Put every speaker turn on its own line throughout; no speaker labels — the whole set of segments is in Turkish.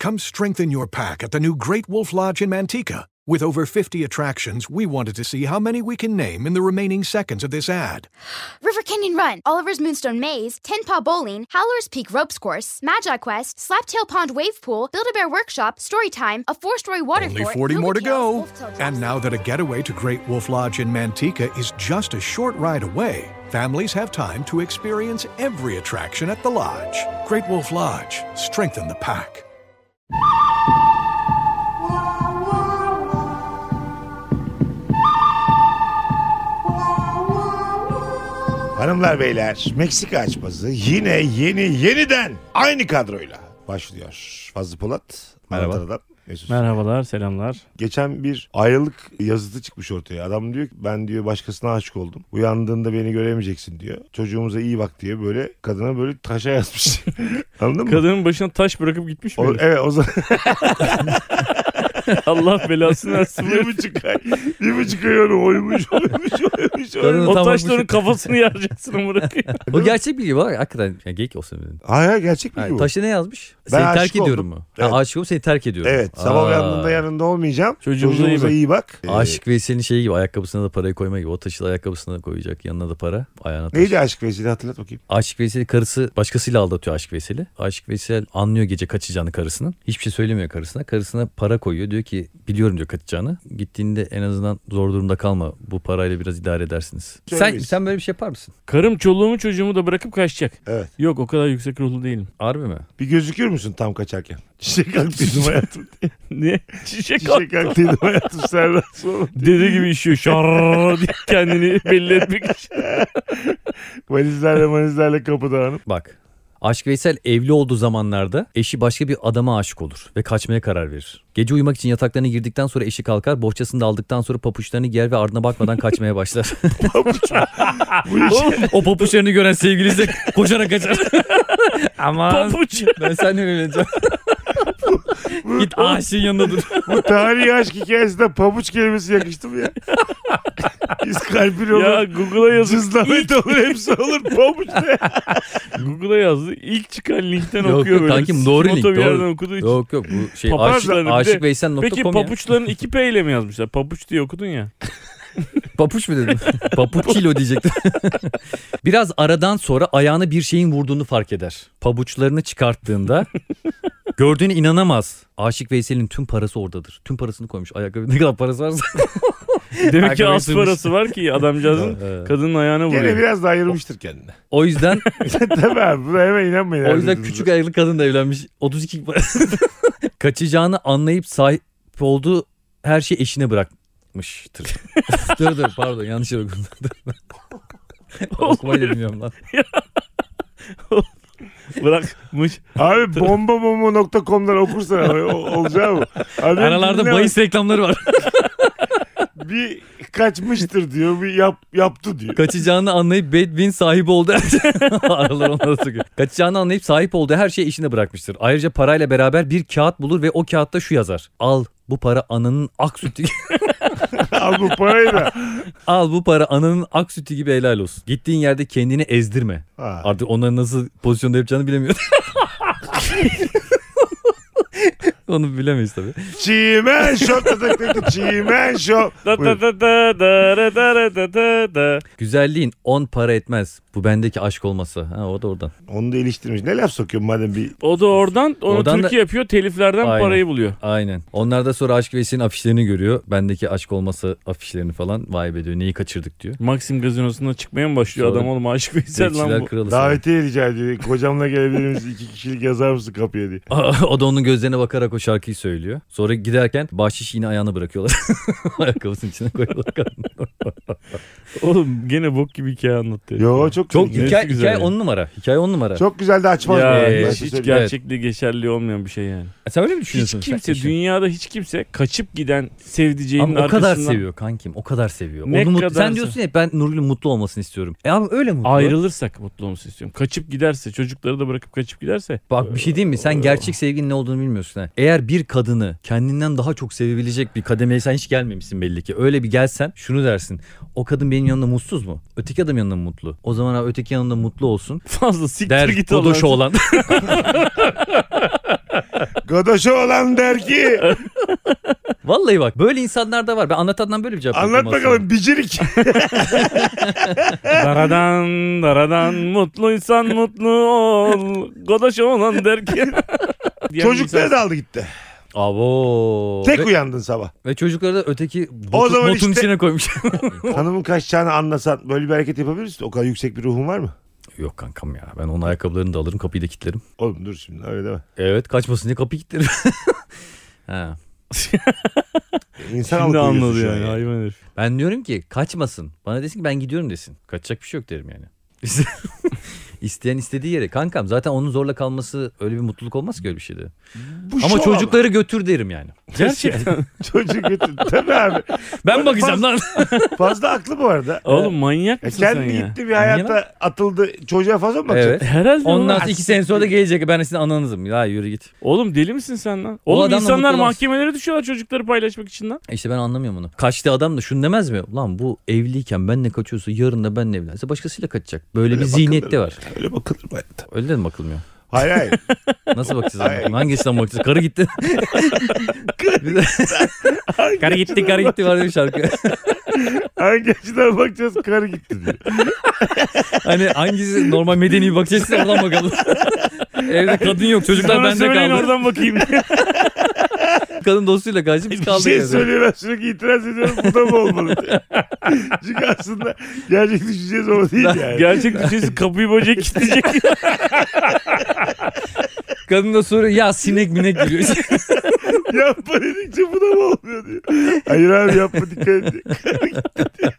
Come strengthen your pack at the new Great Wolf Lodge in Manteca. With over 50 attractions, we wanted to see how many we can name in the remaining seconds of this ad.
River Canyon Run, Oliver's Moonstone Maze, Ten Paw Bowling, Howler's Peak Ropes Course, Magi Quest, Slaptail Pond Wave Pool, Build-A-Bear Workshop, Story Time, a four-story water
Only
fort,
40
Luba
more to
Tales,
go.
Wolf Tale
And
Drops.
now that a getaway to Great Wolf Lodge in Manteca is just a short ride away, families have time to experience every attraction at the lodge. Great Wolf Lodge, strengthen the pack.
Hanımlar beyler Meksika açması yine yeni yeniden aynı kadroyla başlıyor. Fazlı Polat.
Merhaba.
Anadolu'dan Mesut.
Merhabalar, selamlar.
Geçen bir ayrılık yazısı çıkmış ortaya. Adam diyor ki ben diyor başkasına aşık oldum. Uyandığında beni göremeyeceksin diyor. Çocuğumuza iyi bak diye böyle kadına böyle taşa yazmış. Anladın mı?
Kadının başına taş bırakıp gitmiş mi?
O, evet o zaman
Allah belasını versin.
bir buçuk ay, bir buçuk ay onu oymuş, oymuş, oymuş, oymuş.
Kadın-
o
Tamam,
taşların
bu-
kafasını yaracaksın bırakıyor.
E,
Bu gerçek bilgi var. Hakikaten yani geyik olsun dedim.
Hayır hayır, gerçek mi
Yani
bu?
taşı ne yazmış?
Ben
seni
aşık
terk ediyorum
oldum.
mu?
Evet.
Ha, aşık oldum seni terk ediyorum.
Evet sabah
Aa.
uyandığında yanında olmayacağım.
Çocuğumuza iyi
Çocuğumuza
bak.
iyi bak. Ee,
Aşık Veysel'in şeyi gibi ayakkabısına da parayı koyma gibi. O taşı da ayakkabısına koyacak. Yanına da para. Ayağına taş.
Neydi aşk vesile hatırlat bakayım.
Aşık Veysel'i karısı başkasıyla aldatıyor Aşık Veysel'i. Aşık Veysel anlıyor gece kaçacağını karısının. Hiçbir şey söylemiyor karısına. Karısına para koyuyor. Diyor ki biliyorum diyor kaçacağını. Gittiğinde en azından zor durumda kalma. Bu parayla biraz idare edersiniz. Sen,
Söylemeyiz.
sen böyle bir şey yapar mısın?
Karım çoluğumu çocuğumu da bırakıp kaçacak.
Evet.
Yok o kadar yüksek ruhlu değilim.
Harbi mi?
Bir gözükür müsün tam kaçarken? Çiçek aktıydım hayatım.
Niye? Çiçek at.
Çiçek aktıydım hayatım senden sonra.
Dede gibi işiyor. Şarrrr diye kendini belli etmek için.
Valizlerle manizlerle kapıda hanım.
Bak. Aşk Veysel evli olduğu zamanlarda eşi başka bir adama aşık olur ve kaçmaya karar verir. Gece uyumak için yataklarına girdikten sonra eşi kalkar, bohçasını da aldıktan sonra papuçlarını giyer ve ardına bakmadan kaçmaya başlar.
Bu iş
o papuçlarını gören sevgilisi de koşarak kaçar. Aman
Papuç.
ben seninle evleneceğim. Git aşığın yanında dur.
bu tarihi aşk hikayesinde pabuç kelimesi yakıştı mı ya? İskalpil
ya
olur.
Google'a yazdı.
Cızlamet olur hepsi olur pabuç ne?
Google'a yazdı. İlk çıkan linkten
Yok,
okuyor
yok
böyle.
kankim, doğru
Sigorta
link,
bir
doğru.
yerden okuduğu için.
Yok yok bu şey
Papaz
aşık,
yani bir de-
aşıkveysel.com
Peki
ya.
papuçların 2 P ile mi yazmışlar? Papuç diye okudun ya.
Papuç mu dedim? Papuç kilo diyecektim. Biraz aradan sonra ayağını bir şeyin vurduğunu fark eder. Pabuçlarını çıkarttığında gördüğüne inanamaz. Aşık Veysel'in tüm parası oradadır. Tüm parasını koymuş. Ayakkabı ne kadar parası varsa.
Demek ki
Arkadaşım
az parası var ki adamcağızın
Ee,
kadının ayağına
Gene
vuruyor.
biraz da ayırmıştır kendine.
o yüzden
Tabii abi buna hemen inanmayın.
o yüzden
herhalde.
küçük ayaklı kadın da evlenmiş. 32 kaçacağını anlayıp sahip olduğu her şeyi eşine bırakmıştır. dur dur pardon yanlış yere okudum. Okumayı da bilmiyorum lan.
Bırakmış.
Abi bomba bomba.com'dan okursan o- olacağı bu. Abi
Aralarda
dinle-
bahis reklamları var.
Bir kaçmıştır diyor bir yap, yaptı diyor.
Kaçacağını anlayıp Bedwin sahibi oldu. Aralar onlara sokuyor. Kaçacağını anlayıp sahip olduğu her şeyi işine bırakmıştır. Ayrıca parayla beraber bir kağıt bulur ve o kağıtta şu yazar. Al bu para ananın ak sütü gibi.
Al bu parayı da.
Al bu para ananın ak sütü gibi helal olsun. Gittiğin yerde kendini ezdirme.
Ha.
Artık onları nasıl pozisyonda yapacağını bilemiyorum. Onu bilemeyiz tabii.
Çimen şov tık tık tık tık, çimen şov.
Da da
Buyur.
da da da da da da da da.
Güzelliğin 10 para etmez. Bu bendeki aşk olmasa. Ha, o da oradan.
Onu da iliştirmiş. Ne laf sokuyorsun madem bir
O da oradan onu
Oradan da-
Türkiye yapıyor. Teliflerden
Aynen.
parayı buluyor.
Aynen. Onlar da sonra Aşk Veysel'in afişlerini görüyor. Bendeki aşk olması afişlerini falan. Vay be diyor neyi kaçırdık diyor.
Maksim gazinosuna çıkmaya mı başlıyor
Sonra-
adam oğlum Aşık Veysel lan
Bekçiler
bu.
kralı. sana.
davetiye rica ediyor. Kocamla gelebilir misin? İki kişilik yazar mısın kapıya diye.
o da onun gözlerine bakarak o şarkıyı söylüyor. Sonra giderken bahşiş yine ayağına bırakıyorlar. Ayakkabısının içine koyuyorlar.
Oğlum gene bok gibi hikaye anlattı.
Yo çok
Çok
güzel.
hikaye,
güzel
hikaye
ya.
on numara. Hikaye on numara.
Çok güzel de açmaz.
Ya
bu arada. Ben
hiç,
size
hiç
söyleyeyim.
gerçekliği geçerli olmayan bir şey yani.
Sen öyle mi düşünüyorsun?
Hiç kimse
Sen-
dünyada hiç kimse kaçıp giden sevdiceğinin
şey- Ama o
arkasından
kadar seviyor kankim. O kadar seviyor.
Ne
Onu mutlu-
kadar
sen
se-
diyorsun ya ben Nurgül'ün mutlu olmasını istiyorum. E abi öyle mutlu.
ayrılırsak mutlu olmasını istiyorum. Kaçıp giderse çocukları da bırakıp kaçıp giderse
Bak bir şey diyeyim mi? Sen gerçek sevginin ne olduğunu bilmiyorsun. ha. Eğer bir kadını kendinden daha çok sevebilecek bir kademeye sen hiç gelmemişsin belli ki. Öyle bir gelsen şunu dersin. O kadın benim yanımda mutsuz mu? Öteki adam yanında mı mutlu. O zaman ha, öteki yanında mutlu olsun.
fazla siktir
Der
git
o da
Allah'ın
şu olan.
Godoşu olan der ki
Vallahi bak böyle insanlar da var. Ben anlatandan böyle bir cevap
anlat
bekliyorum
bakalım bicirik.
Daradan daradan mutluysan mutlu ol. Godaş olan der ki. Diyen
Çocukları
insan-
da aldı gitti.
aslında. Abo.
Tek
ve,
uyandın sabah.
ve çocukları da öteki botu-
zaman
botun
işte-
içine koymuş.
Hanımın kaçacağını anlasan böyle bir hareket yapabilir misin? O kadar yüksek bir ruhun var mı?
Yok kankam ya ben onun ayakkabılarını da alırım kapıyı da kilitlerim.
Oğlum dur şimdi öyle deme.
Evet kaçmasın diye kapıyı kilitlerim. ha.
İnsan
Şimdi
alıp
anladı
şu an
yani
ya.
hayvan herif.
Ben diyorum ki kaçmasın. Bana desin ki ben gidiyorum desin. Kaçacak bir şey yok derim yani. İsteyen istediği yere. Kankam zaten onun zorla kalması öyle bir mutluluk olmaz ki öyle bir şeyde.
Bu
Ama
şov
çocukları götür derim yani.
Gerçekten.
ama. Çocuk götür. Tabii abi.
Ben bakacağım lan.
Fazla haklı bu arada.
Oğlum manyak
E
mısın
kendi
sen ya?
gitti bir hayata atıldı. Çocuğa fazla mı bakacaksın?
Evet.
Herhalde
Ondan
oğlum.
sonra iki sene sonra da gelecek. Ben sizin ananızım. Ya yürü git.
Oğlum deli misin sen lan?
O
Oğlum
adamla
insanlar
mutlu olamaz.
mahkemelere düşüyorlar çocukları paylaşmak için lan.
E İşte ben anlamıyorum bunu. Kaçtı adam da şunu demez mi? Lan bu evliyken benle kaçıyorsa yarın da benle evlense başkasıyla kaçacak. Böyle
Öyle
bir zihniyet de
bakılır.
var.
Öyle bakılır bu hayata.
Öyle de mi bakılmıyor?
Hayır hayır.
Nasıl bakacağız?
Hayır.
abi? Hangisinden bakacağız? Karı gitti. karı gitti, karı gitti var ya bir şarkı.
Hangi açıdan bakacağız? Karı gitti diyor.
Hani hangisi normal medeni bir bakış açısı oradan bakalım. Evde kadın yok çocuklar
Bana
bende
söyleyin
kaldı.
oradan bakayım.
Kadın dostuyla karşı biz
Bir
kaldık.
şey
evde.
söylüyor ben sürekli itiraz ediyorum. Bu da mı olmalı diyor. Çünkü aslında gerçek düşüneceğiz o değil yani.
Gerçek düşüncesi kapıyı böcek kilitleyecek.
Kadın da soruyor ya sinek minek giriyor.
yapma dedikçe bu da mı olmuyor diyor. Hayır abi yapma dikkat et. diyor.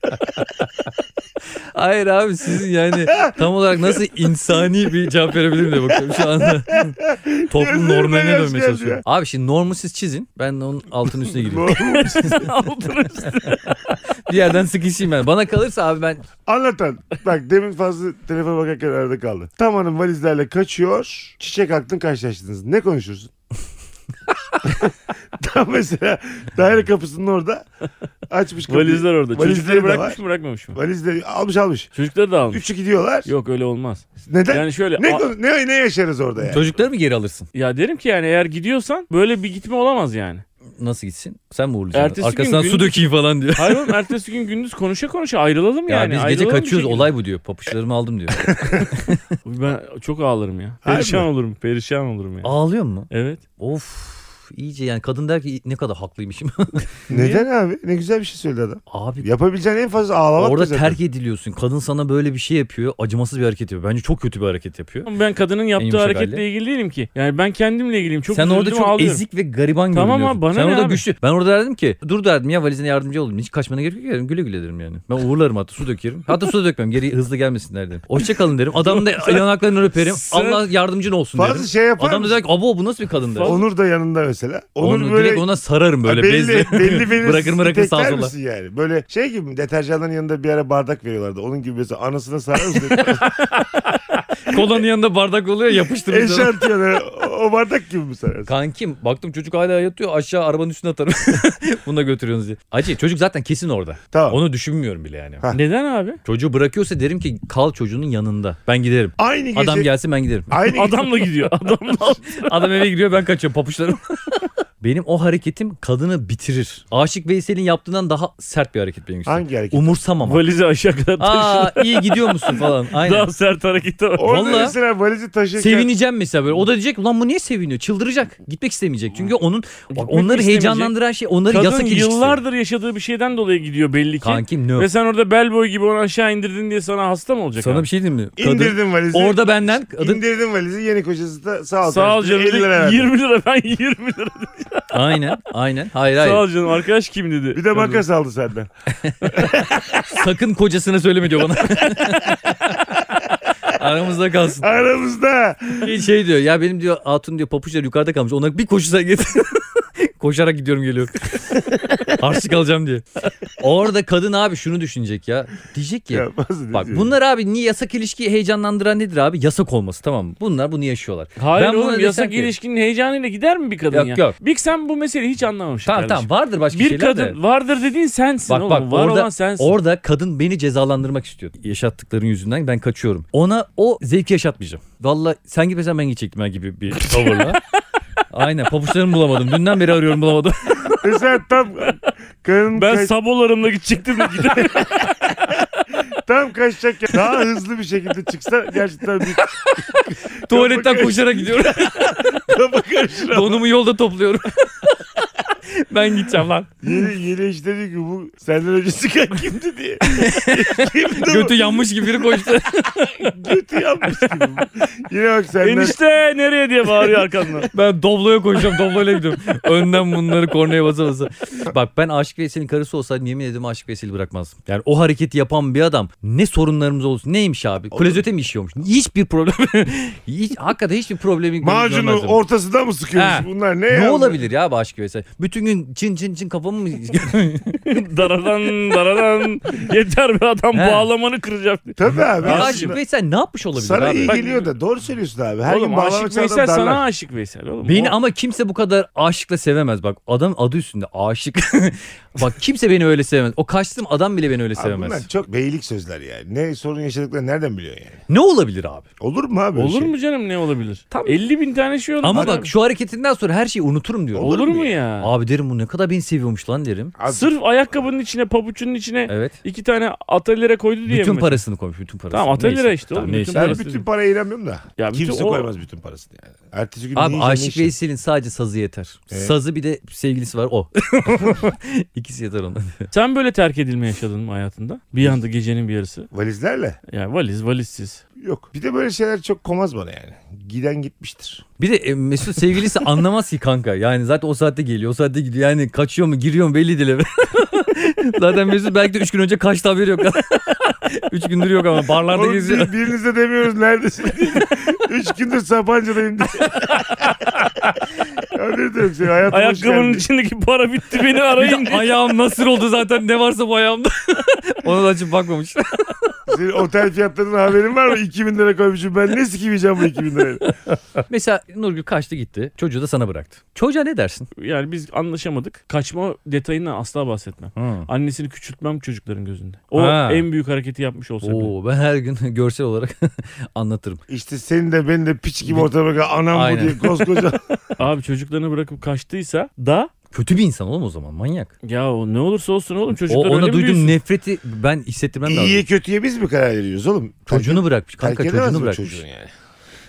Hayır abi sizin yani tam olarak nasıl insani bir cevap verebilirim diye bakıyorum şu anda. Toplum
Gözlerimden
normaline
yaş
dönmeye
geldi ya.
çalışıyorum. Abi şimdi normu siz çizin. Ben de onun altının üstüne giriyorum.
Altını-
bir yerden sıkışayım ben. Bana kalırsa abi ben
Anlatan. Bak demin fazla telefona bakarken arada kaldı. Tam hanım valizlerle kaçıyor. Çiçek aklın karşılaştınız. Ne konuşursun? Tam mesela daire kapısının orada açmış kapıyı.
Valizler orada.
Valizleri
Çocukları
de
bırakmış
var.
mı bırakmamış mı?
Valizleri almış almış.
Çocukları da almış.
Üçü gidiyorlar.
Yok öyle olmaz.
Neden?
Yani şöyle
ne,
a-
konu- ne, ne yaşarız orada yani?
çocukları mı geri alırsın?
ya derim ki yani eğer gidiyorsan böyle bir gitme olamaz yani.
Nasıl gitsin? Sen mi uğurlayacaksın?
Ertesi gün
Arkasından
gün-
su dökeyim falan diyor.
Hayır oğlum ertesi gün gündüz konuşa konuşa ayrılalım
Ya
yani.
biz gece
ayrılalım bir
kaçıyoruz
şekilde.
olay bu diyor. Papuçlarımı aldım diyor.
Ben çok ağlarım ya.
Harbi
Perişan
mi?
olurum. Perişan olurum ya.
Ağlıyor mu?
Evet.
Of iyice yani kadın der ki ne kadar haklıymışım.
Neden abi? Ne güzel bir şey söyledi adam.
Abi
Yapabileceğin en fazla ağlamak
orada
da zaten.
terk ediliyorsun. Kadın sana böyle bir şey yapıyor. Acımasız bir hareket yapıyor. Bence çok kötü bir hareket yapıyor.
Ama Ben kadının yaptığı
yumuşak
hareketle
halde.
ilgili değilim ki. Yani ben kendimle ilgiliyim. Çok
Sen orada
üzüldüm,
çok
ağlıyorum.
ezik ve gariban
Tamam
görünüyorsun.
abi, bana
Sen
ne
orada
abi?
güçlü. Ben orada derdim ki dur derdim ya valizine yardımcı olayım. Hiç kaçmana gerek yok derim. Güle güle derim yani. Ben uğurlarım hatta su dökerim. Hatta su da dökmem. Geri hızlı gelmesinler derim. Hoşça kalın derim. Adamın da yanaklarını öperim.
sen-
Allah yardımcın olsun
Fazla
derim.
şey yapar
Adam da
mısın?
der ki abo bu nasıl bir kadın der.
Onur da yanında mesela. Onur
Onu
böyle
direkt ona sararım böyle
belli,
bezle.
belli belirsiz
bırakır bırakır
itekler
sağa sola.
misin yani? Böyle şey gibi mi? deterjanların yanında bir ara bardak veriyorlardı. Onun gibi mesela anasına sarar mısın?
Kolanın yanında bardak oluyor yapıştırmış. onu.
Eşantiyon o bardak gibi mi sararsın?
Kankim baktım çocuk hala yatıyor aşağı arabanın üstüne atarım. Bunu da götürüyorsunuz diye. Acı çocuk zaten kesin orada.
Tamam.
Onu düşünmüyorum bile yani.
Ha.
Neden abi?
Çocuğu bırakıyorsa derim ki kal çocuğunun yanında. Ben giderim.
Aynı gece.
Adam gelsin ben giderim.
Aynı gece-
Adamla gidiyor. Adamla.
Adam eve giriyor ben kaçıyorum papuçlarım. Benim o hareketim kadını bitirir. Aşık Veysel'in yaptığından daha sert bir hareket benim için.
Hangi hareket?
Umursamam.
Valizi aşağı kadar taşıyor.
Aa iyi gidiyor musun falan. Aynen.
Daha sert hareketi var.
Orada
Vallahi-
mesela valizi taşırken
Sevineceğim mesela böyle. O da diyecek ulan bu niye seviniyor? Çıldıracak. Gitmek istemeyecek. Çünkü onun onları
istemeyecek.
heyecanlandıran şey onların
Kadın
yasak ilişkisi.
yıllardır yaşadığı bir şeyden dolayı gidiyor belli ki.
Kankim ne?
Ve sen orada bel boy gibi onu aşağı indirdin diye sana hasta mı olacak?
Sana
abi?
bir şey diyeyim mi? Kadın,
indirdim valizi.
orada benden kadın.
İndirdim valizi yeni kocası da sağ
şey-
ol.
Sağ ol
kardeşim,
canım.
50 lira verdim.
20 lira ben 20 lira.
aynen aynen. Hayır hayır.
Sağ ol canım arkadaş kim dedi.
Bir de makas aldı senden.
Sakın kocasına söyleme diyor bana. Aramızda kalsın.
Aramızda.
Bir şey diyor ya benim diyor hatun diyor papuçlar yukarıda kalmış. Ona bir koşu sen git. Koşarak gidiyorum geliyorum. Harçlık alacağım diye. Orada kadın abi şunu düşünecek ya. Diyecek ki
Yapmaz
bak
diyor.
bunlar abi niye yasak ilişkiyi heyecanlandıran nedir abi? Yasak olması tamam mı? Bunlar bunu yaşıyorlar.
Hayır
Ben buna
oğlum
desem
yasak
ki-
ilişkinin heyecanıyla gider mi bir kadın
Yok,
ya?
yok.
Bir sen bu meseleyi hiç anlamamışsın
Tamam
kardeşim.
tamam vardır başka
Bir
şeyler
kadın
de.
vardır dediğin sensin
Bak
oğlum.
bak
Var
orada,
olan sensin.
orada kadın beni cezalandırmak istiyor. Yaşattıkların yüzünden ben kaçıyorum. Ona o zevki yaşatmayacağım. Valla sen gitmesen ben gidecektim ha gibi bir tavırla. Aynen papuçlarımı bulamadım. Dünden beri arıyorum bulamadım.
Mesela E tam kanım
Ben
kaç-
sabolarımla gidecektim de giderim.
tam kaçacak ya. Daha hızlı bir şekilde çıksa gerçekten bir
Tuvaletten koşarak gidiyorum.
kafa karışır. ama.
Donumu yolda topluyorum. ben gideceğim lan.
Yeni, yeni işte diyor ki bu senden önce çıkan kimdi diye. kimdi bu?
Götü yanmış gibi biri koştu.
Götü yanmış gibi. Yine bak senden.
Enişte nereye diye bağırıyor arkamdan.
Ben Doblo'ya koşacağım. Doblo'yla gidiyorum. Önden bunları kornaya basa basa. Bak ben Aşık Veysel'in karısı olsaydım yemin ederim Aşık Veysel'i bırakmazdım. Yani o hareketi yapan bir adam ne sorunlarımız olsun. Neymiş abi? Klozete mi işiyormuş? Hiçbir problem. Hiç, hakikaten hiçbir problemi
Macunu
görmezdim.
ortasından mı sıkıyormuş
Ha.
bunlar? Ne,
Ne
ya?
olabilir ya bu Aşık Veysel? Bütün gün cin cin cin kafamı mı...
Daradan daradan yeter be adam
He.
bağlamanı kıracağım.
Tabii abi.
Ya
aslında.
Aşık Veysel ne yapmış olabilir
Sana
abi?
iyi
Bak-
geliyor da doğru söylüyorsun abi. Her gün
oğlum
bağlamak
aşık Veysel
sana
sana
darlar.
aşık Veysel oğlum.
Beni
O-
ama kimse bu kadar aşıkla sevemez. Bak adam adı üstünde aşık. Bak kimse beni öyle sevemez. O kaçtığım adam bile beni öyle
Abi bunlar
sevemez.
çok beylik sözler yani. Ne sorun yaşadıklarını nereden biliyorsun yani?
Ne olabilir abi?
Olur mu abi? öyle
Olur
şey?
mu canım ne olabilir?
Tam-
50 bin tane şey olur.
Ama
Abi,
bak şu hareketinden sonra her şeyi unuturum diyor.
olur, mu ya?
Abi derim bu ne kadar beni seviyormuş lan derim.
Abi,
Sırf ayakkabının içine pabucunun içine
Evet.
iki tane atölyere koydu diye
Bütün
mi?
parasını koymuş bütün parasını.
Tamam, atölye
Neyse,
işte oğlum,
neyse.
bütün
ben
parası-
bütün paraya inanmıyorum da.
Ya bütün
Kimse
o-
koymaz bütün parasını yani. Ertesi gün
Abi
ne
Aşık
yiyeceğim,
Veysel'in sadece sazı yeter.
Evet.
Sazı bir de sevgilisi var o. İkisi yeter ona.
Sen böyle terk edilme yaşadın mı hayatında? Bir anda gecenin bir yarısı.
ne- Valizlerle?
Yani valiz valizsiz.
Yok. Bir de böyle şeyler çok komaz bana yani. Giden gitmiştir.
Bir de e, Mesut sevgilisi anlamaz ki kanka. Yani zaten o saatte geliyor o saatte gidiyor. Yani kaçıyor mu giriyor mu belli değil eve. zaten Mesut belki de 3 gün önce kaçtı haberi yok. 3 gündür yok ama barlarda
Oğlum,
geziyor.
bir- birinize demiyoruz neredesin diye. Üç gündür Sapanca'dayım diye. Haberi de yok senin hayatım hoş
Ayakkabının
geldin.
içindeki para bitti beni
Bir
arayın.
de ayağım nasıl oldu zaten ne varsa bu ayağımda. Ona da açıp bakmamış.
Senin otel fiyatlarının haberin var mı? 2000 lira koymuşum ben ne sikimeyeceğim bu 2000 lirayı?
Mesela Nurgül kaçtı gitti. Çocuğu da sana bıraktı. Çocuğa ne dersin?
Yani biz anlaşamadık. Kaçma detayından asla bahsetmem. Annesini küçültmem çocukların gözünde. O
Ha.
en büyük hareketi yapmış olsa bile.
Oo, ben her gün görsel olarak anlatırım.
İşte senin de beni de piç gibi ortama koy, anam
Aynen.
bu diye koskoca.
Abi çocuklarını bırakıp kaçtıysa da
Kötü bir insan oğlum o zaman manyak.
ya o ne olursa olsun oğlum
O,
çocuklar öyle
ona
mi
duyduğum
büyüsün?
nefreti ben hissettirmem lazım.
İyiye kötüye biz mi karar veriyoruz oğlum?
Çocuğunu bırakmış
Terk
kanka
edemez
çocuğunu
mi
bırakmış.
çocuğun yani.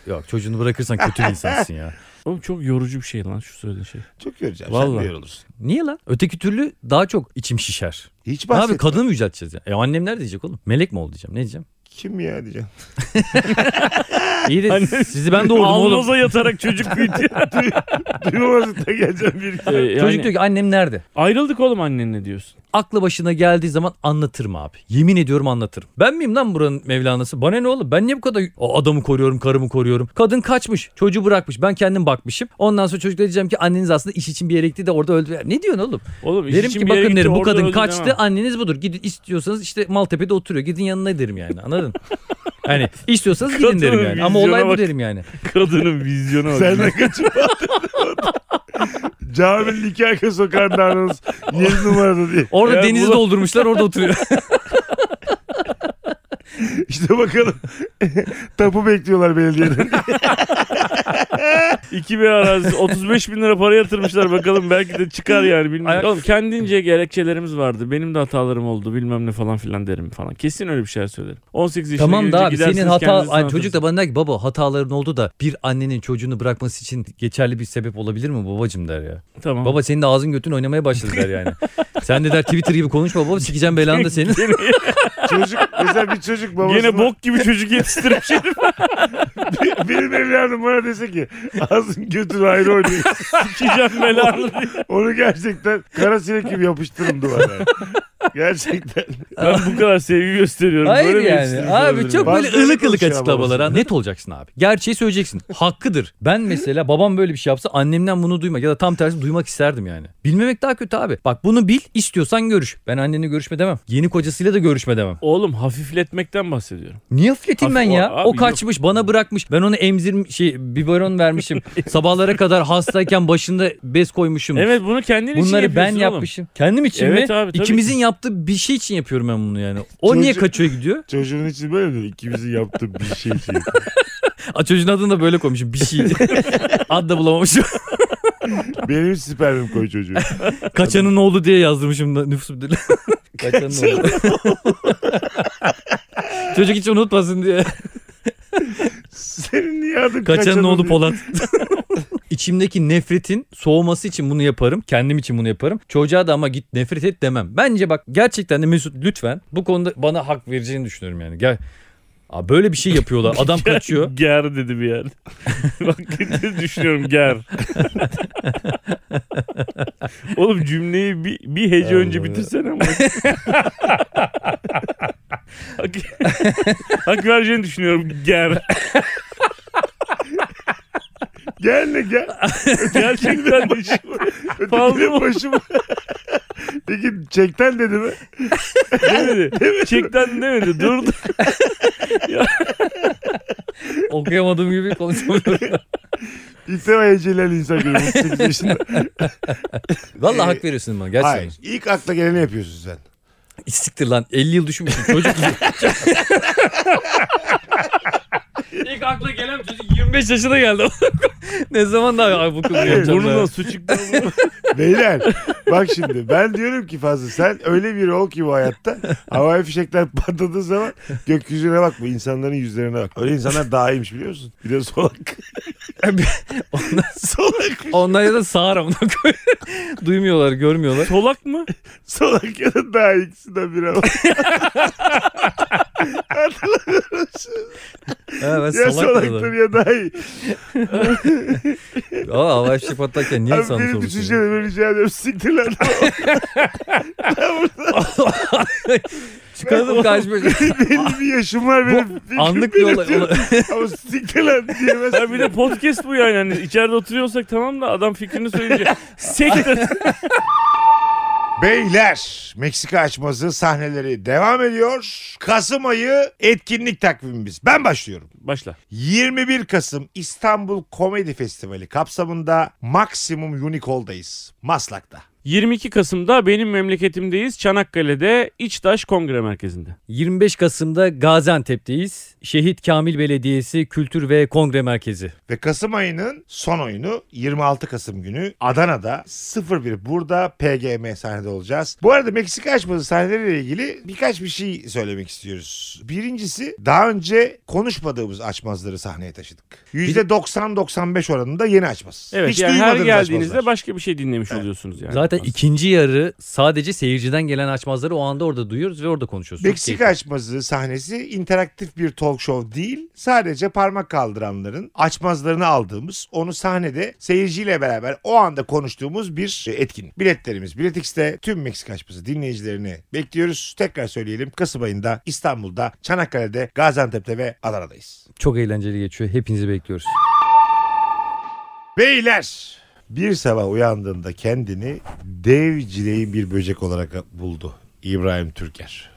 Yok çocuğunu bırakırsan kötü bir insansın ya.
Oğlum çok yorucu bir şey lan şu söylediğin şey.
Çok göreceğim. Sen
Vallahi.
de yorulursun.
Niye lan? Öteki türlü daha çok içim şişer.
Hiç
Ne
bahset.
abi kadını mı yücelteceğiz ya? E annemler diyecek oğlum. Melek mi ol diyeceğim ne diyeceğim?
Kim ya diyeceğim.
İyi de
Anne-
sizi ben doğurdum oğlum.
Alnoza yatarak çocuk büyütüyor.
Duymamazlık da geleceğim bir
Ee,
gün.
yani
Çocuk diyor ki annem nerede?
ayrıldık oğlum annenle diyorsun.
Aklı başına geldiği zaman anlatırım abi. Yemin ediyorum anlatırım. Ben miyim lan buranın Mevlana'sı? Bana ne oğlum? Ben niye bu kadar o adamı koruyorum, karımı koruyorum? Kadın kaçmış, çocuğu bırakmış. Ben kendim bakmışım. Ondan sonra çocuklara diyeceğim ki anneniz aslında iş için bir yere gitti de orada öldü. Ne diyorsun oğlum?
Oğlum iş
Derim
için
ki
bir yere
bakın
gitti,
derim bu
orada
kadın
öldü
kaçtı
demem.
anneniz budur. Gidin istiyorsanız işte Maltepe'de oturuyor. Gidin yanına derim yani anladın? hani istiyorsanız gidin
Kadının
derim yani. Ama
vizyona
olay bu
bak.
derim yani.
Kadının vizyonu var.
Senden kaçıp Camil nikahı sokağında anons. Yeni numarada diye.
Orada
Ya
denizi
bu-
doldurmuşlar orada oturuyor.
İşte bakalım. Tapu bekliyorlar belediyeden.
İki bir arazi 35 bin lira para yatırmışlar bakalım belki de çıkar yani bilmiyorum. Oğlum kendince gerekçelerimiz vardı. Benim de hatalarım oldu bilmem ne falan filan derim falan. Kesin öyle bir şeyler söylerim. 18 yaşına
tamam
gelince
da abi senin
gidersiniz
hata
kendinizi
Ay, çocuk da
tanıtırsınız.
bana der ki baba hataların oldu da bir annenin çocuğunu bırakması için geçerli bir sebep olabilir mi babacım der ya.
Tamam.
Baba senin de ağzın götün oynamaya başladı der yani. Sen de der Twitter gibi konuşma baba sikeceğim belanı da senin.
çocuk mesela bir çocuk babasına.
Gene bok gibi çocuk yetiştirmiş herif.
Benim evladım bana dese ki ağzın götün ayrı oynuyor.
Sikeceğim belanı diye.
Onu gerçekten kara sinek gibi yapıştırın duvara. yani. Gerçekten.
Ben bu kadar sevgi gösteriyorum.
Hayır
böyle mi
yani.
yetiştirmiş
Abi
olabilirim?
çok
Ben-
böyle
Bazıları
ılık ılık
konuşuyor
açıklamalara.
babası.
Net olacaksın abi. Gerçeği söyleyeceksin. Hakkıdır. Ben mesela babam böyle bir şey yapsa annemden bunu duymak ya da tam tersi duymak isterdim yani. Bilmemek daha kötü abi. Bak bunu bil istiyorsan görüş. Ben annenle görüşme demem. Yeni kocasıyla da görüşme demem.
Oğlum hafifletmekten bahsediyorum.
Niye hafifleteyim ben
Hafif-
ya?
Abi
o kaçmış bana bırakmış. çıkmış. Ben ona emzirm şey biberon vermişim. Sabahlara kadar hastayken başında bez koymuşum.
Evet bunu kendin için
Bunları ben
yapıyorsun oğlum.
yapmışım. Kendim için
Evet
mi?
abi, tabii
İkimizin
ki.
yaptığı bir şey için yapıyorum ben bunu yani. O niye
Çocuk-
kaçıyor gidiyor?
Çocuğun için böyle mi? İkimizin yaptığı bir şey için.
A, çocuğun adını da böyle koymuşum. Bir şey. Ad da bulamamışım.
Benim spermim koy çocuğu.
Kaçanın oğlu diye yazdırmışım da nüfus müdürlüğü. Kaçanın oğlu. Çocuk hiç unutmasın diye.
Senin niye adın
Kaçanın oğlu
diye.
Polat. İçimdeki nefretin soğuması için bunu yaparım. Kendim için bunu yaparım. Çocuğa da ama git nefret et demem. Bence bak gerçekten de Mesut lütfen bu konuda bana hak vereceğini düşünüyorum yani. Gel. Aa, böyle bir şey yapıyorlar. Adam kaçıyor.
Ger dedi bir yerde. Bak düşünüyorum ger. Oğlum cümleyi bir, bir hece önce bitirsene ama. hak, hak vereceğini düşünüyorum ger.
Gel ne gel.
Gerçekten düşün. Fazla
Benim
mı?
başıma. Peki çekten dedi mi?
Demedi. Çekten demedi. Durdu.
Okuyamadığım gibi konuşamıyorum.
İlk defa heyecanlanan insan görüyorum. 38 yaşında.
Vallahi hak veriyorsun bana gerçekten.
Hayır. İlk akla geleni yapıyorsun sen.
İstiktir lan 50 yıl düşünmüşsün çocuk gibi. İlk akla gelen çocuk 25 yaşına geldi. ne zaman daha ay bu kızı
E,
yapacağım
Burnundan
daha.
su çıktı.
Beyler bak şimdi ben diyorum ki fazla sen öyle biri ol ki bu hayatta havai fişekler patladığı zaman gökyüzüne bakma insanların yüzlerine bak. Öyle insanlar daha iyiymiş biliyor musun? Bir de solak.
Ondan,
solak.
onlar ya da sağır amına koy. Duymuyorlar görmüyorlar.
Solak mı?
Solak ya da daha ikisinden biri ama.
Ha, ben
ya
salak
solaktır
diyorlar.
ya daha iyi.
Aa hava fişek patlarken niye
Abi
sanmış
benim
olmuşsun?
düşüncemi böyle rica ediyorum. Siktir lan.
Çıkardım karşıma.
Belli bir yaşım var benim. fikrim
Anlık bir olay.
belirtiyorum. Ama siktir lan diyemezsin.
Ya bir de podcast bu yani. Hani içeride oturuyorsak tamam da adam fikrini söyleyecek. Sektir.
Beyler Meksika açması sahneleri devam ediyor. Kasım ayı etkinlik takvimimiz. Ben başlıyorum.
Başla.
21 Kasım İstanbul Komedi Festivali kapsamında Maximum Unicol'dayız. Maslak'ta.
22 Kasım'da benim memleketimdeyiz. Çanakkale'de İçtaş Kongre Merkezi'nde.
25 Kasım'da Gaziantep'teyiz. Şehit Kamil Belediyesi Kültür ve Kongre Merkezi.
Ve Kasım ayının son oyunu 26 Kasım günü Adana'da 01 burada PGM sahnede olacağız. Bu arada Meksika açması sahneleriyle ilgili birkaç bir şey söylemek istiyoruz. Birincisi daha önce konuşmadığımız açmazları sahneye taşıdık. %90-95 oranında yeni açmaz.
Evet
Hiç
yani her
duymadığımız
geldiğinizde
açmazlar.
başka bir şey dinlemiş oluyorsunuz yani.
Zaten ikinci yarı sadece seyirciden gelen açmazları o anda orada duyuyoruz ve orada konuşuyoruz. Çok
Meksika
keyifli.
açmazı sahnesi interaktif bir talk show değil. Sadece parmak kaldıranların açmazlarını aldığımız, onu sahnede seyirciyle beraber o anda konuştuğumuz bir etkinlik. Biletlerimiz Biletix'te tüm Meksika açması dinleyicilerini bekliyoruz. Tekrar söyleyelim Kasım ayında İstanbul'da, Çanakkale'de, Gaziantep'te ve Adana'dayız.
Çok eğlenceli geçiyor. Hepinizi bekliyoruz.
Beyler bir sabah uyandığında kendini dev cileyi bir böcek olarak buldu İbrahim Türker.